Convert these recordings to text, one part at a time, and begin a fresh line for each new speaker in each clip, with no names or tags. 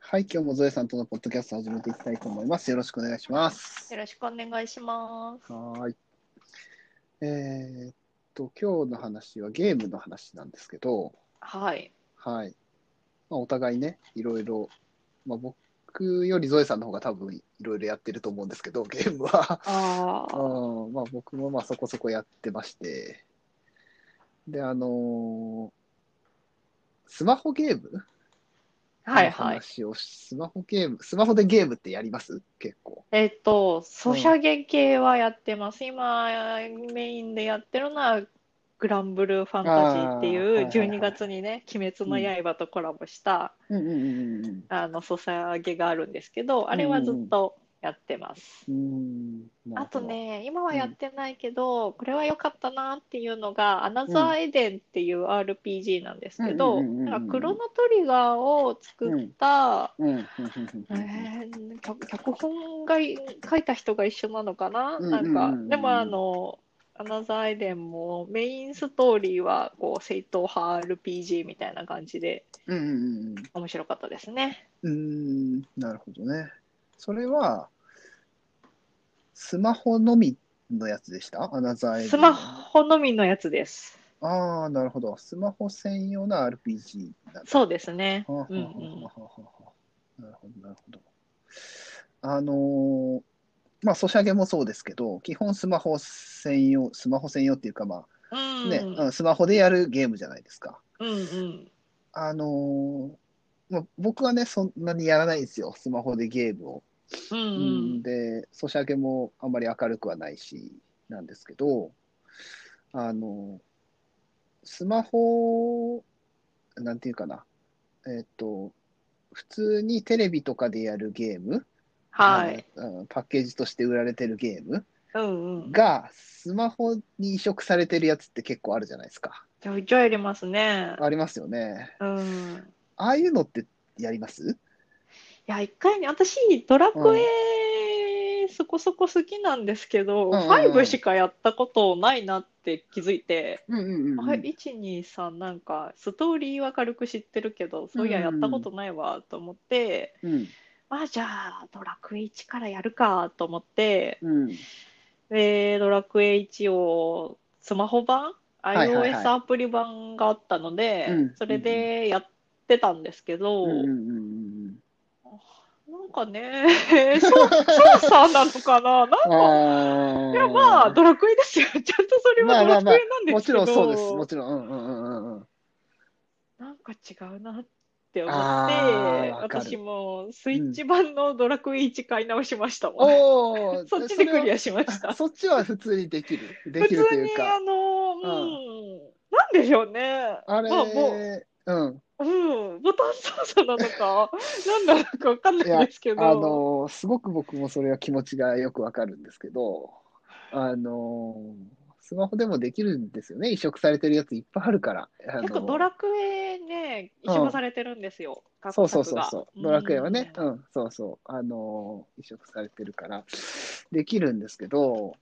はい、今日もゾエさんとのポッドキャストを始めていきたいと思います。よろしくお願いします。
よろしくお願いします。
はーい。えーっと、今日の話はゲームの話なんですけど、
はい。
はい。まあ、お互いね、いろいろ、まあ、僕よりゾエさんの方が多分いろいろやってると思うんですけど、ゲームは。
ああ、
うんまあ、僕もまあそこそこやってまして、で、あのースマホゲーム
はいはい。
話をスマホゲーム、スマホでゲームってやります結構。
えっと、ソシャゲ系はやってます。今、メインでやってるのは、グランブルーファンタジーってい
あーはいは
う、
いはい
12月にね、鬼滅の刃とコラボした、
うんうんうんうん
あの、ソシャゲがあるんですけど、あれはずっとやってます。
うん。うーん
あと。ね、今はやってないけど、これは良かったなっていうのが、アナザーエデンっていう RPG なんですけ
うんう
ど、
んうんうんうん
なんかクロノトリガーを作った、
なるほどうん。うん
えー脚脚本がい書いた人が一緒なのかな、
うんうん
な
うん
んか、でもあの、アナザーエデンもメインストーリーはこう正統派 RPG みたいな感じで
うんうんうん
面白かったですね。
うん。うん。なるほどね。それは、スマホのみのやつでしたアナザーエ
スマホのみのやつです。
ああ、なるほど。スマホ専用の RPG なんだ
そうですね。
はあはあ
うんう
はあ
ん。
はあなるほど、なるほど。あのーまあ、ソシャゲもそうですけど、基本スマホ専用、スマホ専用っていうか、まあね、
うん
うんスマホでやるゲームじゃないですか。
うんうん。
あのーまあ、僕はね、そんなにやらないんですよ、スマホでゲームを。
うん
う
うん
ん、で、ソシャゲもあんまり明るくはないし、なんですけど、あの、スマホ、なんていうかな、えっと、普通にテレビとかでやるゲーム、
はい。
あの、うんパッケージとして売られてるゲーム
うんうん。
が、スマホに移植されてるやつって結構あるじゃないですか。
ちょいちょい入れますね。
ありますよね。
うん。い
ああいうのってやります
や、一回ね、私、ドラクエ、そこそこ好きなんですけど、
うんうんうん
5しかやったことないなって気づいて、
うんうんうん。
はい、1、2、3、なんか、ストーリーは軽く知ってるけど、そういや、やったことないわ、と思って、
うん。
まあ、じゃあ、ドラクエ1からやるか、と思って、
うん。
で、ドラクエ1をスマホ版、
はいはいはい
iOS アプリ版があったので、
うん
それでやってたんですけど、
うんうんうんうん。
なんかね、 操操作なの かな、なん
あ
か、
ー
いや、まあ、ドラクエですよ。ちゃんとそれ
まあ
はド
まあ
ラ
まあ
クエなんで
も
す
ち
け
ろんそうです。
ど、
もちろん。うんうんうんうんうん。
なんか違うなって思
あ
って、
ーわかる
私もスイッチ版のドラクエ1買い直しましたもん。
おお
そっちでクリアしました。
そっちは普通にできる。で
普
きると
通
いう
に、あ
か。
の、うん、なんでしょうね。
あれ、
まあもう
うん。
うん、ボタン操作なのか、 何なのか分かんないんですけど、
あの、すごく僕もそれは気持ちがよくわかるんですけど、あの、スマホでもできるんですよね。移植されてるやついっぱいあるから。あ
結構
の
ドラクエね、移
うん
植されてるんですよ、各
そうそう
作
そう
が
そう。ドラクエはね、
う
うんん、そうそう。あのー移植されてるから、できるんですけど、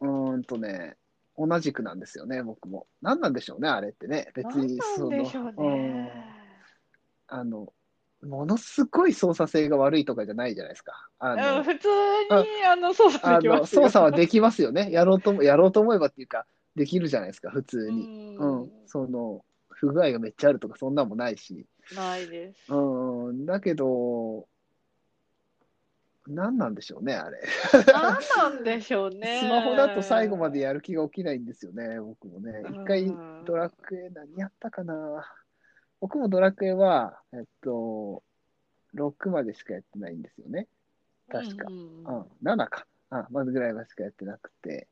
うーんとね、同じくなんですよね、僕も。何なんでしょうね、あれってね。別に、
なんなんでしょう
その、うん
ね。
あの、ものすごい操作性が悪いとかじゃないじゃないですか。あの、
うん、普通にあの操
あ
作 でき
の
ますよ。
操作はできますよね。やろうとも、やろうと思えばっていうか、できるじゃないですか、普通
う
に。
ん
うん、その、不具合がめっちゃあるとか、そんなんもないし。
ないです。
うん、だけど、何なんでしょうね、あれ。
何なんでしょうね。
スマホだと最後までやる気が起きないんですよね、僕もね。一回、ドラクエ何やったかな。僕もドラクエは、えっと、6までしかやってないんですよね。確か
うん
あ7か。あ、まずぐらいまでしかやってなくて。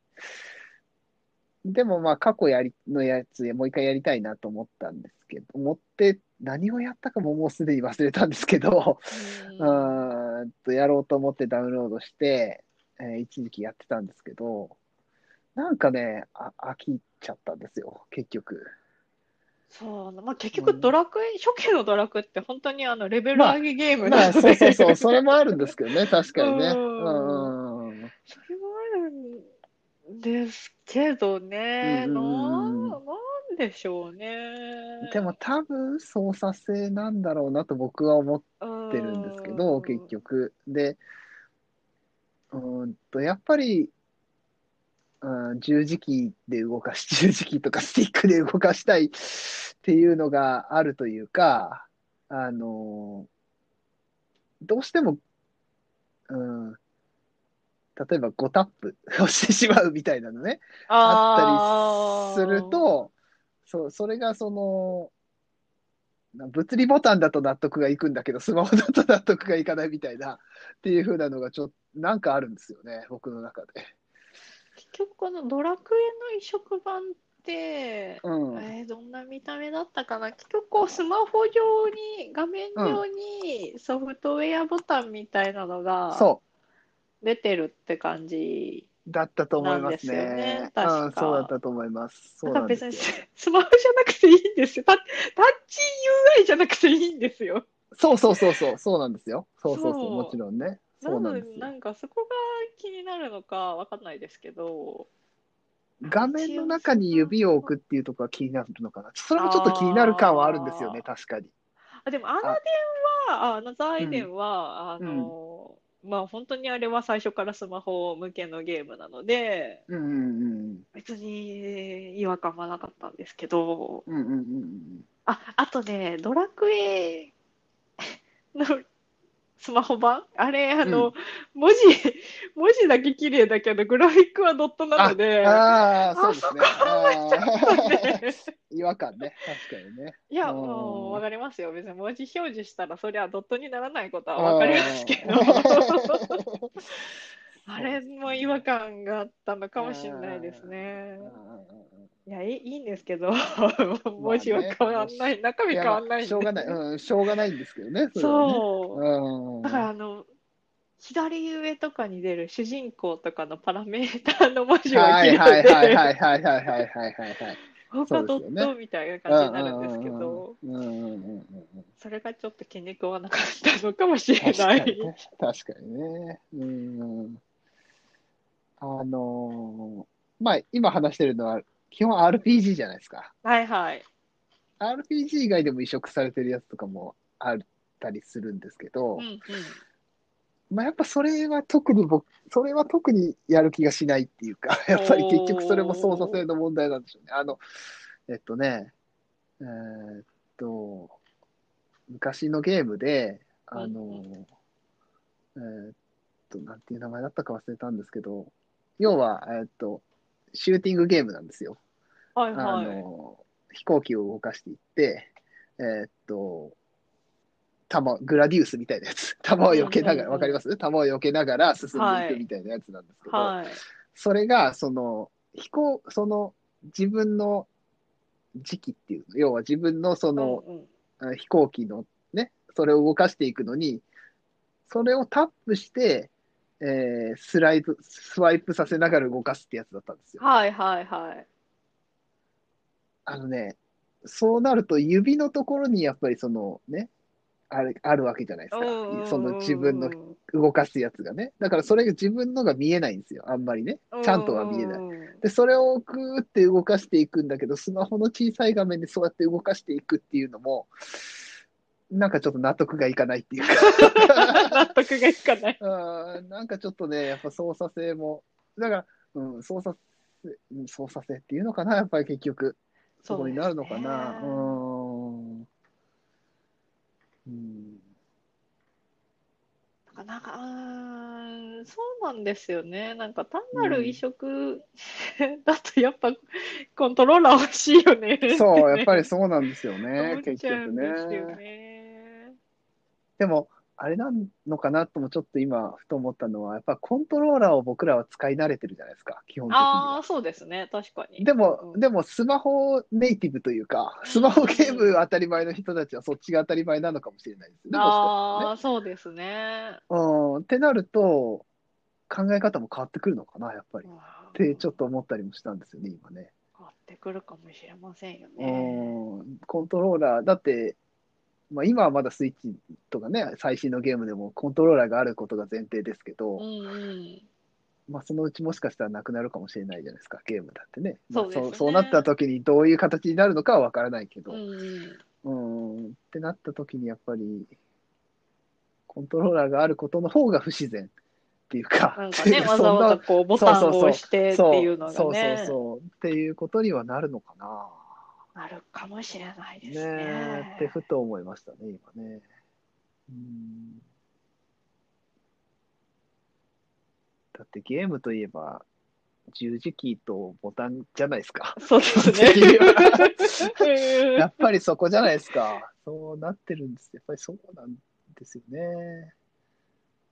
でもまあ過去やりのやつもう一回やりたいなと思ったんですけど、思って何をやったかももうすでに忘れたんですけど、う
うん
ーんとやろうと思ってダウンロードして、えー一時期やってたんですけど、なんかね、あ飽きちゃったんですよ、結局。
そうまあ、結局、ドラクエ、初期のドラクエって本当にあのレベル
まあ
上げゲーム
ま
な
あ、
の
そう
で、
そうそう、それもあるんですけどね、確かにね。う
うんん
うんうん。
それもあるんですけどね、
うんうんうん
なんなんでしょうね。
でも多分操作性なんだろうなと僕は思っ
うん、
ってるんですけ
う
ど、
ん
結局。で、うーんと、やっぱり、うん十字キーで動かし、 十字キーとかスティックで動かしたいっていうのがあるというか、あの、どうしても、うん、例えば5タップをしてしまうみたいなのね。あ
あ
ったりすると、そう、それがその、な物理ボタンだと納得がいくんだけど、スマホだと納得がいかないみたいな、っていう風なのがちょっと、なんかあるんですよね、僕の中で。
結局この「ドラクエ」の移植版って、
うん。
えーどんな見た目だったかな結局こうスマホ上に画面上にソフトウェアボタンみたいなのが
そ
出てるって感じ
う、だったと思います
なんですよ
ね
ね。確か
うん、そうだったと思います。そ
だ
う
か
な
ら
んで
別
す
に
よ。
ススマホじゃなくていいんですよタタッチ UI じゃなくていいんですよ
そうそうそうそう、そうなんですよ。そうそうそ、
そうう
もちろんね。
な
そうな
の
ん
で
です
な
よ。
んかそこが気になるのかわかんないですけど
画面の中に指を置くっていうところが気になるのかな。それもちょっと気になる感はあるんですよね、
あー
確かに。
あでもアナデンはあのザイデンは、あのまあ本当にあれは最初からスマホ向けのゲームなので
うんうんうん。
別に違和感はなかったんですけど
うんうんうんうん。
ああとね「ドラクエ」の スマホ版あれあの、文字文字だけ綺麗だけどグラフィックはドットなので
ああ、そう
あ
ですね。あー
ね
違和感ね、確かにね。
いや
うん
もうわかりますよ別に文字表示したらそりゃドットにならないことはわかりますけど。
ど。
あれも違和感があったのかもしれないですね。いや、いいいいんですけど、文字は変わんない、中身変わんないんで。
しょうがない、うん、しょうがないんですけどね。れはね
そう。
うん。
だから、あの、左上とかに出る主人公とかのパラメーターの文字は
は
切
い
れ
はいはい
て、
はいはいはいはいはいはい。
他ド
そうです
ッ
よね
トみたいな感じになるんですけど、
うんうんうんうんうんうん。
それがちょっと気に食わなかったのかもしれ
確
な
か
い。
にね。確かにね。うん。あのーまあ、今話してるのは、基本 RPG じゃないですか。
はいはい。
RPG 以外でも移植されてるやつとかもあったりするんですけど、
うんうん。
まあ、やっぱそれは特に僕、それは特にやる気がしないっていうか、やっぱり結局それも操作性の問題なんでしょうね。あの、えっとね、えーっと、昔のゲームで、あの、えーっと、なんていう名前だったか忘れたんですけど、要は、えーっと、シューティングゲームなんですよ。
はい
あ
はい。
の飛行機を動かしていって、えーっと、弾、グラディウスみたいなやつ、 弾を避けなが
うんうんう
ら、
ん
わかります弾を避けながら進んでいくみたいなやつなんですけど、
はい。
それが、その、飛行、その、自分の時期っていうの、要は自分のその、
うんうん
あ飛行機のね、それを動かしていくのに、それをタップして、えースライド、スワイプさせながら動かすってやつだったんですよ。
はいはいはい。
あのね、そうなると指のところにやっぱりそのね、あれ、あるわけじゃないですか
うんうんうんう。ん
その自分の動かすやつがね。だからそれが自分のが見えないんですよ。あんまりね。ちゃんとは見えない。
い。
で、それをグーって動かしていくんだけど、スマホの小さい画面でそうやって動かしていくっていうのも、なんかちょっと納得がいかないっていうか。
納得がいかない。
うんなんかちょっとね、やっぱ操作性も、だから、うん、操作性、うん操作性っていうのかな、やっぱり結局。そこになるのかな。う,、ーん。うん。
ん。なんか、うーんそうなんですよね。なんか単なる移植だとやっぱコントローラー欲しいよね。
そう、やっぱりそうなんですよ
思
ね
っ、
結
ちゃう
局
んですよ
ね。
ね。
でも、あれなのかなともちょっと今、ふと思ったのは、やっぱコントローラーを僕らは使い慣れてるじゃないですか、基本的に
あ
は
あ、。そうですね。確かに。
でも、
うん
でもスマホネイティブというか、スマホゲーム当たり前の人たちはそっちが当たり前なのかもしれないですよね。もしかしたらね
ああ、そうですね。
うん、ってなると、考え方も変わってくるのかな、やっぱり。ってちょっと思ったりもしたんですよね、今ね。
変わってくるかもしれませんよね。
うん、コントローラー、だって、まあ、今はまだスイッチとかね、最新のゲームでもコントローラーがあることが前提ですけど、
うんうん。
まあ、そのうちもしかしたらなくなるかもしれないじゃないですか、ゲームだってね。まあ
そうですね
そうそうなった時にどういう形になるのかはわからないけど
う、んうん。
うん、ってなった時にやっぱり、コントローラーがあることの方が不自然っていうか、
なん
っ
か
てい
ね、
う
わざわざこうボタンを押してっ
そんな
ていうのが
そうそうそ
ね
う、そうっていうことにはなるのかな。
あるかもしれないです
ねえ
ね。
ってふと思いましたね、今ね。うんだってゲームといえば、十字キーとボタンじゃないですか。
そうです
って
ね。
やっぱりそこじゃないですか。そうなってるんです。やっぱりそうなんですよね。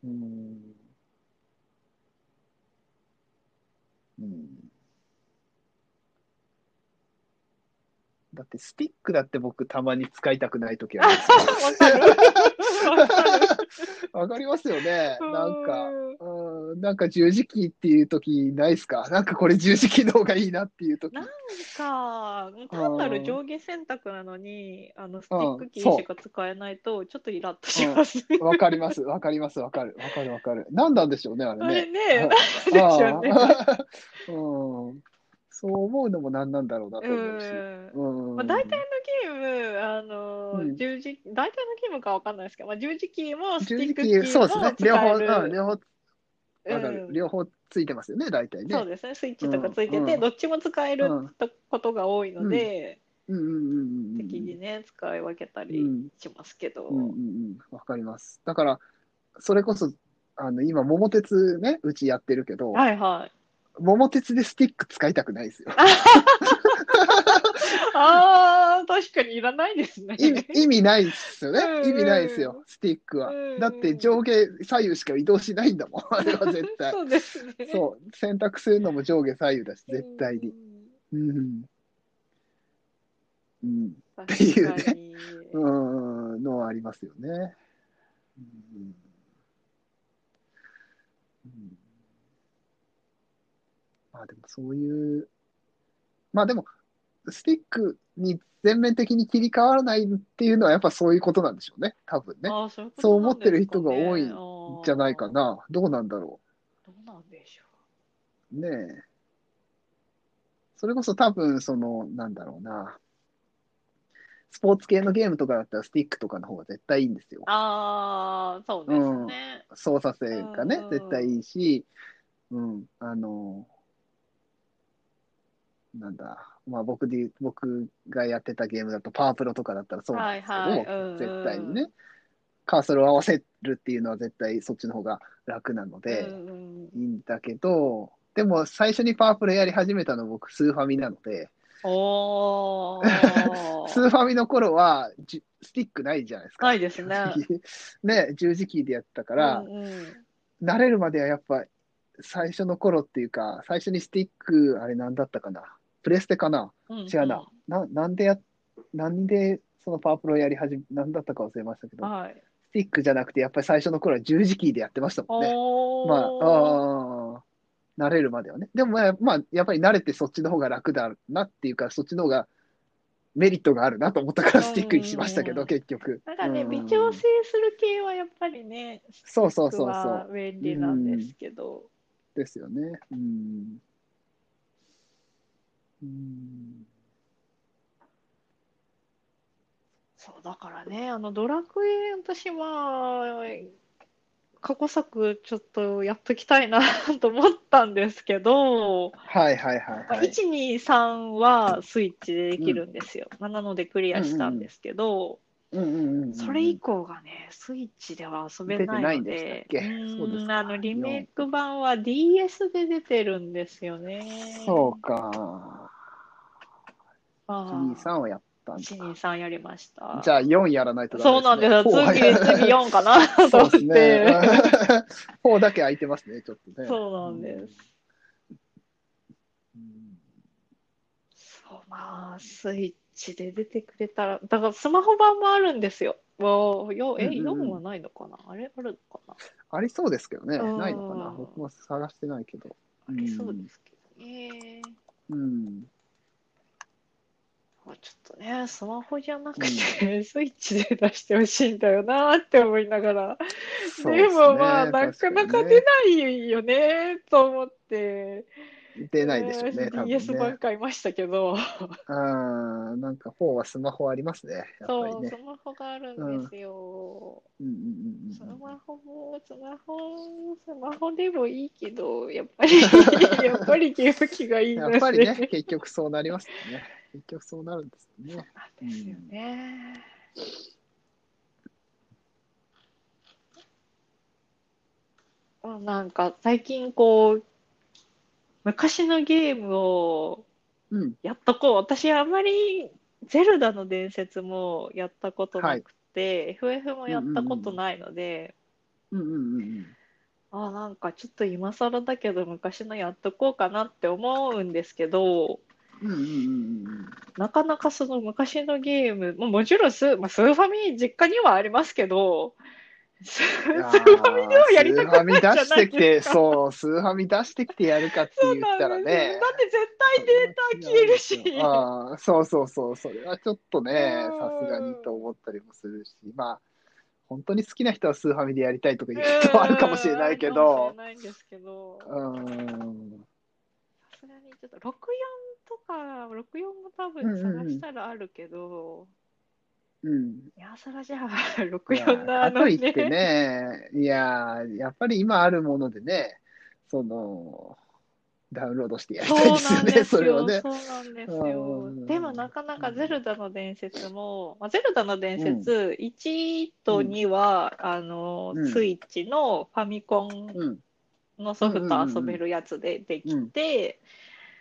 うん。うん。だってスティックだって僕たまに使いたくない時あるん ですよ。
わかる。わかる。
わかりますよね。なんか
う。ん
うん、なんか十字キーっていう時ないですかなんかこれ十字キーの方がいいなっていう時
なんか、単なる上下選択なのに、あの、スティックキ
そ
ー
う
しか使えないと、ちょっとイラッとします。
わかりますわかりますわかるわかるわかる何なんでしょうねあれ
あれ
ね
ね、なん
ね
でしょうね。
あー うん、そう思うのも何なんだろうなと
う
思うし。
ん。
うん
まあ、大体のゲーム、あの
うん
十字、大体のゲームかわかんないですけど、まあ、十字キーもス
十
ティッ
字
ク
キ
キー
ー、
も
そうですね。両方、
使える
うん、両方、わかる
うん
両方ついてますよね、大体ね。
そうですね、スイッチとかついてて、
うんうん
どっちも使えるとことが多いので、
うんうんうんうん。
適宜ね、使い分けた
う
り
ん
しますけど、
うんうんうん。わかります。だから、それこそ、あの、今、桃鉄ね、うちやってるけど、
はいはい。
桃鉄でスティック使いたくないですよ。
あー、確かにいらないですね。
意味、意味ないですよね
うんう。ん
意味ないですよ、スティックは
うんう。ん
だって上下左右しか移動しないんだもん、あれは絶対。
そうですね。
そう、選択するのも上下左右だし、絶対に。うん。うん。
うん。
ていうね
確かに。
うん、のはありますよね。うん。うんまあでもそういう、まあでも、スティックに全面的に切り替わらないっていうのはやっぱそういうことなんでしょうね、多分ね。
あーそういうことなんですかね
そう思ってる人が多いんじゃないか。
あ
な。どうなんだろう。
ーどうなんでしょ
ねえ。それこそ多分、その、なんだろうな。スポーツ系のゲームとかだったらスティックとかの方が絶対いいんですよ
う。。あー、そうですね。
操作性がね
うんうん、
絶対いいし、うん、あの、なんだ、まあ僕で、僕がやってたゲームだとパワープロとかだったらそうなんですけど、
はいはいうんうん
絶対にね、カーソルを合わせるっていうのは絶対そっちの方が楽なので、
うんうん、
いいんだけど、でも最初にパワープロやり始めたの僕、スーファミなので、
お
ス
ー。
ーファミの頃はじスティックないじゃないですか。
ないですね。
ね、十字キーでやってたから、
うんうん
慣れるまではやっぱ最初の頃っていうか、最初にスティック、あれなんだったかな。プレステかな。違うな。ななんでや、なんでそのパワープロやり始め、なんだったか忘れましたけ
うん
ど
うん、はい。
スティックじゃなくて、やっぱり最初の頃は十字キーでやってましたもんね。
おー
まあ、あー慣れるまではね。でも、まあ、まあ、やっぱり慣れてそっちの方が楽だなっていうか、そっちの方がメリットがあるなと思ったから
うんう
ス
んうん
ティックにしましたけど、結局。
なんかね、
うん
微調整する系はやっぱりね、
そうそう
僕
そうそ
は
う。
便利なんですけど、
ですよね。うん。うん。
そうだからね、あのドラクエ、私は過去作ちょっとやっときたいなと思ったんですけど、
はいはいはい、
まあ
はい。
1、2、3はスイッチでできるんですよ。まあなのでクリアしたんですけど、
うんうんうん。
それ以降がね、スイッチでは遊べないので、
出てないんでしたっけそうです
うん
か
あのリメイク版は DS で出てるんですよね。
そうか。
まあ
1、2、3はやったんだ。
1、2、3やりました。
じゃあ4やらないとダメ
そうなんですよ。
4は
次、次4かな と
そ
思
う
っ
です
て。
ね。4だけ空いてますね、ちょっとね。
そうなんです。
うん。
そう、まあ、スイッチで出てくれたら、だからスマホ版もあるんですよ。わあよえ、
うんうんうん
4はないのかなあれあるのかな
ありそうですけどね。
うん
ないのかな。僕も探してないけど。
ありそうですけどね。
うん。
まあちょっとね、スマホじゃなくて、 スイッチで出してほしいんだよなって思いながら。
そう
ですも
ね
まあ、なかなか出ないよね、と思っ
確
て。
かにね出ないでしょうね、多分
DS 版
ね。
買いましたけど。
ああ、なんか4はスマホありますね。やっぱり
そう、
ね
ス。マホがあるんですよ。
うんうんうんうん
スママホも、スマホ、スマホでもいいけど、やっ ぱり、やっぱりゲーム機がいい
や
な
っぱりね、結局そうなりますよね。結局そうなるんですよね。
なんですよね。うん、なんか最近こう昔のゲームを
うん。
やっとこう私あまり「ゼルダの伝説」もやったことなくて、FF もやったことないので、
うんうんうんうん。
あなんかちょっと今更だけど昔のやっとこうかなって思うんですけど
うんうんうんうんうん。
なかなかその昔のゲーム、ももちろんス,、まあ、スーファミ実家にはありますけど、ス
いやー
スーファミではやりたくないじゃない
スーファミ出してきて、
ですか。
そう、スーファミ出してきてやるかって
そう
言
な
っ
ん
たら
です
ね
よ。だって絶対データ消えるし。
ああ、そうそうそう、それはちょっとね
う、ん
さすがにと思ったりもするし、まあ、本当に好きな人はスーファミでやりたいとかいう人はあるかもしれないけ
あるか
ど
もしれ、ないんですけど、
うーん、
さすがにちょっと64とか、64も多分探したらあるけど、
うん。
いや、そらじゃあ、
いや
64のあ
か
の
といってね、いやー、やっぱり今あるものでね、その、ダウンロードしてやりたいですよね、それをね。
そうなんです
う
よ。
ん
でもなかなかゼルダの伝説も、まあ、ゼルダの伝説1と2は、あの、
うん
スイッチのファミコン
うん、
のソフト遊べるやつでできて、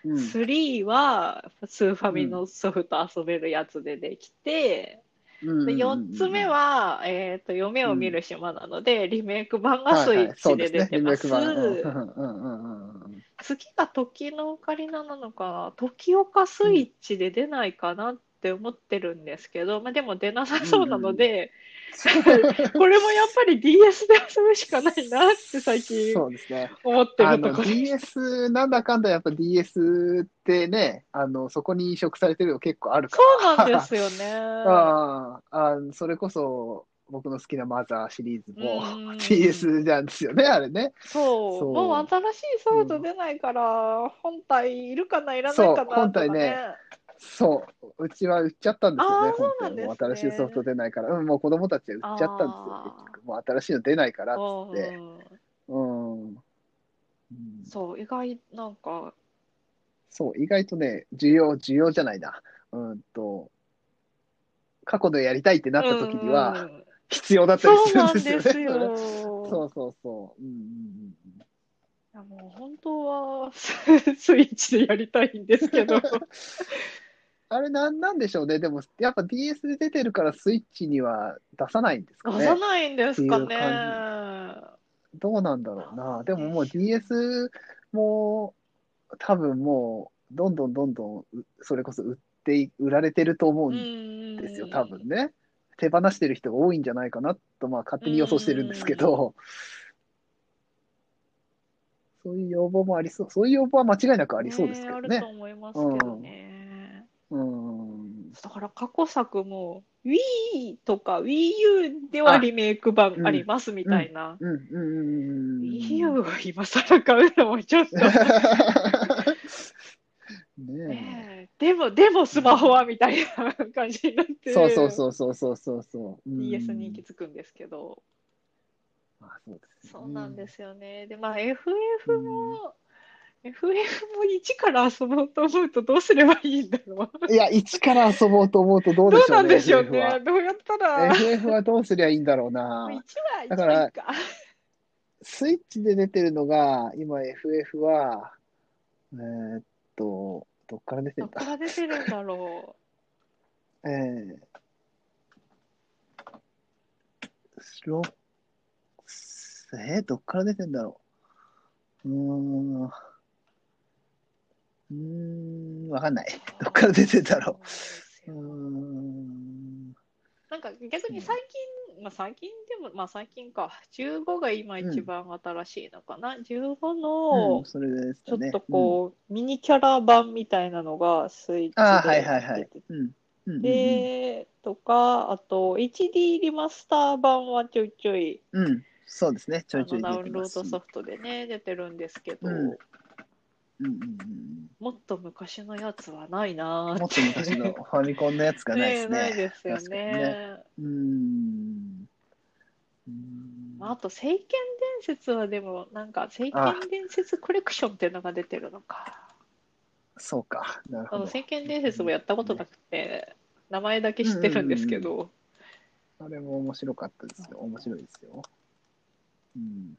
うん、
3はスーファミのソフト遊べるやつでできて、
うん
で4つ目、は、えっ、と、夢を見る島なので、リメイク版がスイッチで出てます。
はいはいそうですねリメイク版うんうんうんうんうん
次が時のオカリナなのかな時岡スイッチで出ないかなって思ってるんですけど、まあ、でも出なさそうなので、これもやっぱり DS で遊ぶしかないなって最近
そうですね。
思って
あ
ると
の
ころ
DS、なんだかんだやっぱ DS ってね、あのそこに移植されてるの結構あるか
そうなんで
ら。
すよね。
あーあのそれこそ僕の好きなマザーシリーズも
うん
DS なんですよね、あれね。
そう
そう
もう新しいソフト出ないから、本体いるかないらないかなとか、ね、
そう本体ねそう、うちは売っちゃったんですよね、
あー
本
そうなん
当
で
に。もう
すね
新しいソフト出ないから、うん、もう子供たちは売っちゃったんですよ
あ、ー
結局。もう新しいの出ないからっつって。
うん
うんうん
そう意外なんか
そう、意外とね、需要、需要じゃないな。うんと、過去のやりたいってなった時に
うんう
は
んうん
必要だったり
そう
する
なんん
ですよ
で
ね。
すよ。
それそうそうそう。うん
いやもう本当はスイッチでやりたいんですけ
うんうん う
ど
ん。あれなん、なんでしょうね。でも、やっぱ DS で出てるからスイッチには出さないんですか
出さ
ね。
ないんですか
って
ね
いう。どうなんだろうな。でももう DS も多分もう、どんどんどんどん、うそれこそ売ってい、売られてると思うんで
ん
ですよ、多分ね。手放してる人が多いんじゃないかなと、まあ、勝手に予想してるんですけど、そういう要望もありそう、そういう要望は間違いなくあ
あ
りそうですけど
あると
ね。
思いますけどね。
うん。
だから過去作も Wii とか WiiU ではリメイク版ありますみたいな。
うんうんうんうん。
WiiU を今更買うのもちょっと
ね
ねえ。でも、でもスマホはみたいな感じになっ
え。
て。
そうそうそうそうそうそうそう。うん
DS に行き着くんですけど。
あそうです。
そうなんですすよね。で、まあ、FF も、FF も一から遊ぼうと思うとどうすればいいんだろう。
いや、一から遊ぼうと思うとどうで
どう
しょ
な
うんね、
でしょう
FF は
ね。。どうやったら、一
FF はどうすりゃいいんだろうな
は。一
だから
はいいか。
スイッチで出てるのが、今 FF は、えーっと、どっから出て
ど
ん
っか
だ
ら出てるんだろ
えー、スロえーどっから出てんだろううーん。うーん、わかんない。
う。
どっから出てんだろう
そう
ー
なんですよ
ん。
なんか逆に最近、まあ最近でも、まあ最近か、15が今一番新しいのかな。15
う
の
ん、、それです
ちょ
か
っ
ね。
とこう、ミニキャラ版みたいなのがスイッチ
うん。ああ、は
で
いはいは
出
い
て。
うん。うんうんうん
で、とか、あと、HD リマスター版はちょいちょい、
うん。そうですね。ちょいちょい
あの
出
ダウ
て
ンロ
ま
ー
す
ド。ソフトでね、出てるんですけど、
うんうんうんうん。
もっと昔のやつはないなー
もっと昔のファミコンのやつがないです
ねえない
ね。
ですよ
確かに
ね。
うーん。うーん
あと、聖剣伝説はでも、なんか、聖
あ
剣伝説コレクションっていうのが出てるのか。
そうか。なる
あ
ほ
の、
ど。
聖剣伝説もやったことなくて、名前だけ知ってるんですけど、
あれも面白かったですよ。面白いですよ。うん。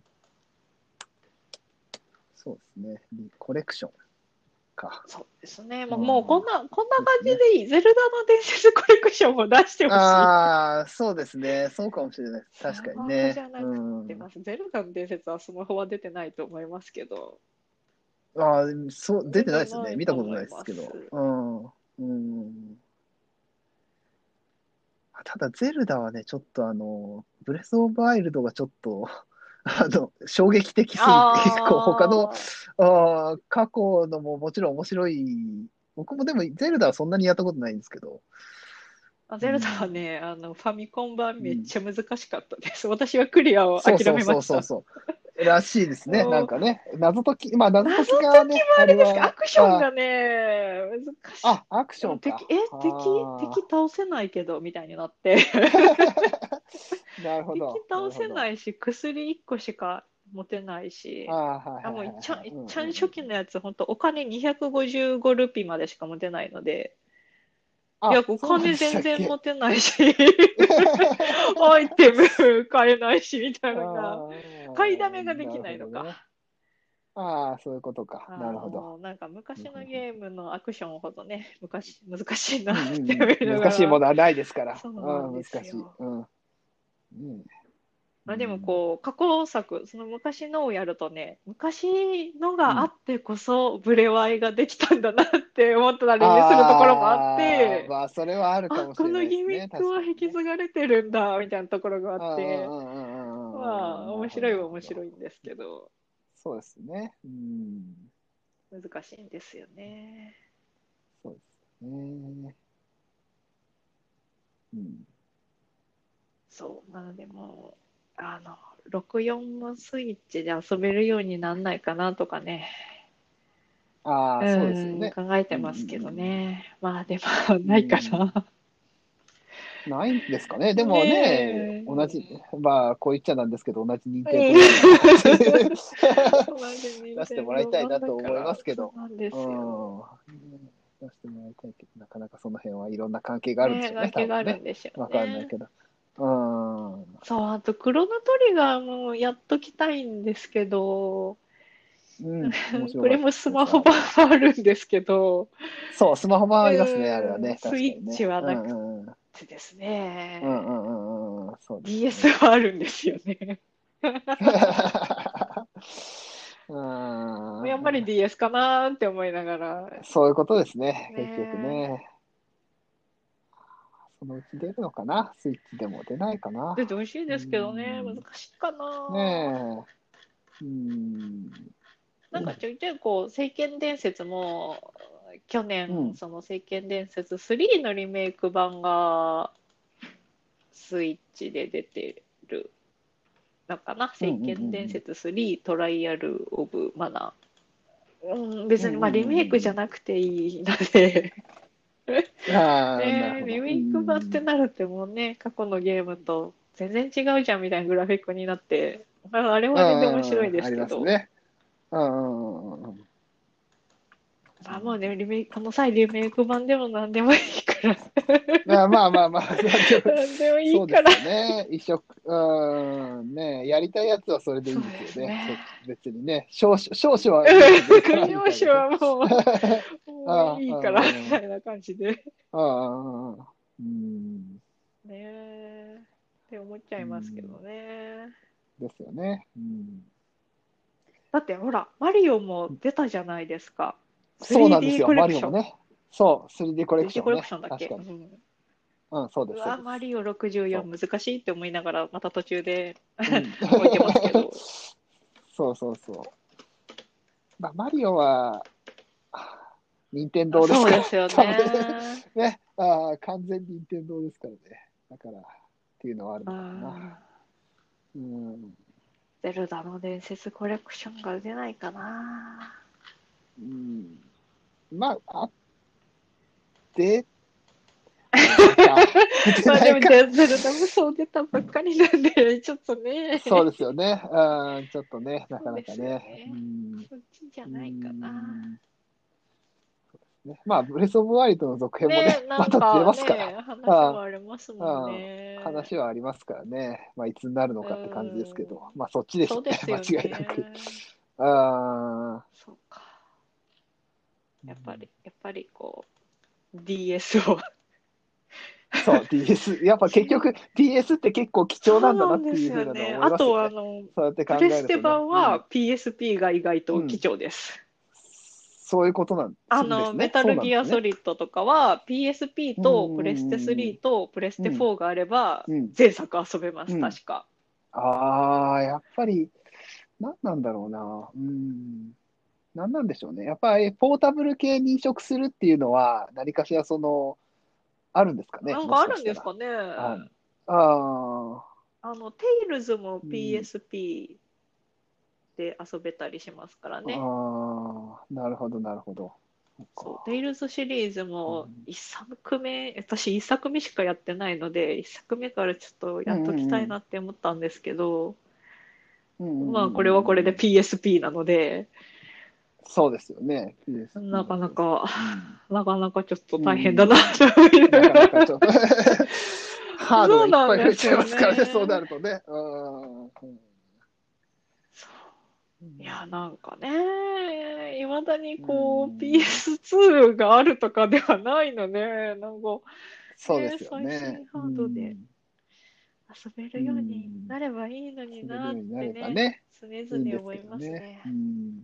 そうですね。リコレクション か。
そうですね。まあ
うん
もう、こんな、こんな感じでいい。ゼルダの伝説コレクションを出してほしい。
ああ、そうですね。そうかもしれないです。確かにね
スマホじゃな。くて
うん
出。ますゼルダの伝説はスマホは出てないと思いますけど、
ああ、そう、出てないです
出てない
ね。見たことないですけど
と思い。
うん。うん。ただ、ゼルダはね、ちょっとあの、ブレス・オブ・ワイルドがちょっと、 あの、衝撃的すぎて、こう、他の、あー過去のももちろん面白い。僕もでも、ゼルダはそんなにやったことないんですけど。
あーゼルダはね、あのファミコン版めっちゃ難しかったです。私はクリアを
そ
諦
うそう
め
そ
ま
う
し
そう
た。
そう。らしいですね。
うん
なんかね、謎解き、まあ、謎解きが ね、あれ
ですかア
は、
クションがね、難しい。
あ、アクション
敵
か。
え
あー
敵敵倒せないけどみたいになって敵
なるほど。。
倒せないいし薬1個しか持てないし
あーはいはい
あも
は
うい
い
っちゃんい
うんうん
っちゃん初期のやつ本当お金255ルピーまでしか持てないので
あ
いやお
そうなん
金
でした
全
っけ
然持てな いしアイテム買えないしみたいなのが
あー
買いだめができないの
なるほどね
か。
ああ、そういうことか。
あー
なるほ ど。
もうなんか昔のゲームのアクションほどね、昔難しいなって
うん
思
う
い
ん
ながら
難しいものはないですから。
そうなんですよ
あー難しい。うん。うん
まあ、でもこう過去作その昔のをやるとね昔のがあってこそブレワイができたんだなって思ったりするところもあって
ーまあ、それはあるか
あ
もし
こ
れな
の
いで
ギ
す
ミ
ね。
ックは引き継がれてるんだみたいなところがあって
うんうんうんうんうんうん
まあ面白いは
なる
面
ほど
白いんですけど
そうですね。うん。
難しいんですよね。
そうですね。うん。
そうなのでもうあの64もスイッチで遊べるようになんないかなとかね
ああ、そうですよ
うん
ね。
考えてますけどねまあでもないかな。
ないんですかね。でも
ねえ
ね、同じ、まあ、こう言っちゃなんですけど、同じ任天堂なんで
出
出してもらいたいなと思いますけど
なんです
う
よ。
ん。出してもらいたいけど、なかなかその辺はいろんな関係があるんでしょうね。
関係がある
多分ね
んでしょうね。
わかんないけど。うん。
そう、あと、クロノトリガーもやっときたいんですけど、
うん、面白かった
これもスマホ版はあるんですけど、
そう、スマホ版ありますね、
うん
あれはね。確かにね
スイッチはなくて
うんうんうん
ってですね、
うんうんうんうん、そうですね
DS はあるんですよね。
うん。
やっぱり DS かなーって思いながら、
そういうことですね、
ね
結局ね。そのうち出るのかなスイッチでも出ないかな
出てほしいですけどね、
うん
難しいかなー。
ねえ。うん。
なんかちょいちょいこう「聖剣伝説」も去年、
うん
その「聖剣伝説3」のリメイク版がスイッチで出てるのかな「
うんうん
聖
うんうん
剣伝説3トライアル・オブ・マナー」うん、別にまあ
うんうん
リ
うん
メイクじゃなくていいので、
ああ、なるほ
ね
ど
リメイク版ってなるってもうね過去のゲームと全然違うじゃんみたいなグラフィックになってまああれはあれで面白いですけど
うんうんうんありますね。うんうんうんうん。
あもうねリメイクこの際リメイク版でも何でもいい から
まあまあまあまあ。
何でもい
そ
いう
です
か
よ
ら。
ね。一色、うん、ねやりたいやつはそれでいいんですよね。そう別にね、少々、少々は。
容姿はもう、もういいから
うん
みたいな感じで。
うんうんうん。
ねえ。って思っちゃいますけどね。
ですよね。うん。
だってほら、マリオも出たじゃないですか。
そうなんですよ、
3D
マリオもね。そう、3D コレクション、ね。
3D コレクションだっけ
確かに。
うん
うん、そうで
う
す。
わ、マリオ64難しいって思いながら、また途中で
そうですうん
置いてますけ ど。
そうそうそう。まあ、マリオは、あ任天堂です
そう
から
ですよ
多分
ね。
ね。ああ、完全任天堂ですからね。だから、っていうのはあるのかな。
あ
う
ー
ん。
ゼルダの伝説コレクションが出ないかな。
うん、まあ、あで、出て
まあ
な
で
い
も
か。
ゼゼルダもそう出たばっかりなんでちょっとね
そう
で
ですよね。うん、ちょっとね、なかなか
そうですよ
ね
ね。
うん
そっちじゃないかな。
ね、まあ、ブレス・オブ・ワイルドの続編もね、
ねな
ま
んか
た
ね
出ますから、
話はありますもんね。
話はありますからね、まあ、いつになるのかって感じですけど、まあ、そっちでし
そ
ょ
う
う
で
ね、
すよ
間
ね。
違いなく。あ
そうか。
ー
やっぱり、やっぱりこう、DS を。
そう、DS、やっ ぱ結局、DS って結構貴重なんだなっていうふうなのを思い
そうなんですよね。
ま
あ
す
とは
よ
あ
ね。
の、
そうやって考
プ
える
レ
とね、
ステ版
うん
は PSP が意外と貴重です。
そういうことなんですね。
あの、メタルギアソリッドとかは PSP とプレステ3とプレステ4があれば
そうなんですね。
前作遊べます、
うん
確か。
うん、ああ、やっぱり、なんなんだろうな。うん。なんなんでしょうね。やっぱりポータブル系に移植するっていうのは、何かしらその、あるんですかね。
なんかあるんです
も
かね。
はいしかしたらあ
あの、テイルズも PSP で遊べたりしますから
あ、
ね。
ああ、なるほど、なるほど。そっか
そう、テイルズシリーズも
うん
1作目、私1作目しかやってないので、1作目からちょっとやっときたいなって思ったんですけど、
うんうんうん
まあこれはこれで PSP なので、
そうですよね。PSP
なかなか、
うん
なかなかちょっと大変だなと思いな
な
が
からなかちょ っとハードがいっぱい増えちゃいますからね、そ
そうう
な
な
るとね。う
そう。
ん
いや、なんかね、いまだにこ
う
うん PS2 があるとかではないのね、なんか
そうですよね。
ね最新ハードで
うん
遊べるようになればいいのになっ
遊べるように
て
なれば
ね、
ね、
常々
いいんですけ
思い
ど
ます
ね
ね。。
うん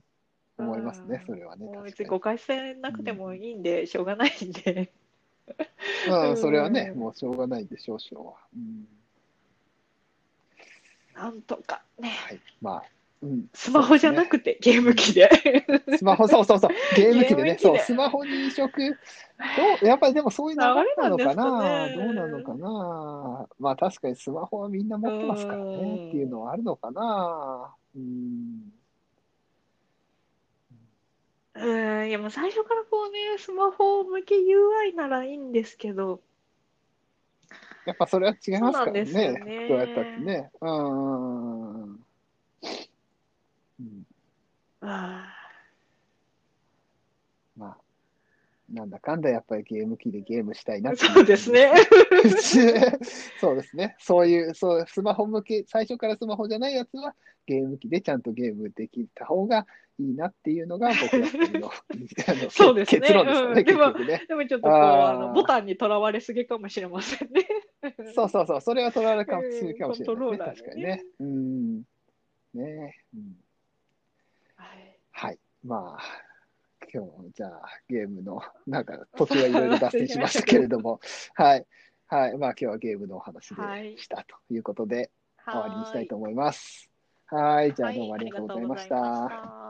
思いますね、
うん
それはね。
もう別
確
に
か
誤解されなくてもいいんで、しょうがないんで。
にうん、それはね、
うん
もうしょうがないんで、少々は。うん
なんとかね、
はい、まあ、 うん、
スマホじゃなくてゲーム機で。
スマホ、そうそうそう、ゲーム機で
ゲー
ね
ム、機で
そう、スマホに移植、どうやっぱりでもそういう流れなのかな、
流
ど
れ
うな
なん
の
です
か
か
な、まあ確かにスマホはみんな持ってますから
うん
ねっていうのはあるのかな、うん、
うん、いやもう最初からこうね、スマホ向け UI ならいいんですけど、
やっぱそれは違いますからね、
そうなんですよね
どうやったってね、うん、うん、
あ
まあ、なんだかんだやっぱりゲーム機でゲームしたいな
あ、
ってい
そうですね。
そうですね。そういう、そう、スマホ向け、最初からスマホじゃないやつは、ゲーム機でちゃんとゲームできた方がいいなっていうのが、僕ら のあの
そうですね
結論ですよね、
うんで
結
も
局ね。
でもちょっとこう、
あー
あの、ボタンにとらわれすぎかもしれませんね。
そうそうそう、それは取られるかもしれないですね、
うんコントローラー
確か
で
に
ね
ね。うん。ねえ、うん。
はい
はい。まあ、今日、じゃあ、ゲームの、なんか、途中はいろいろ脱線しましたけれども、はい。はい。まあ、今日はゲームのお話でしたということで、終わりにしたいと思います。はい、じゃあどうもありがとうございました。
はいありがとうございました。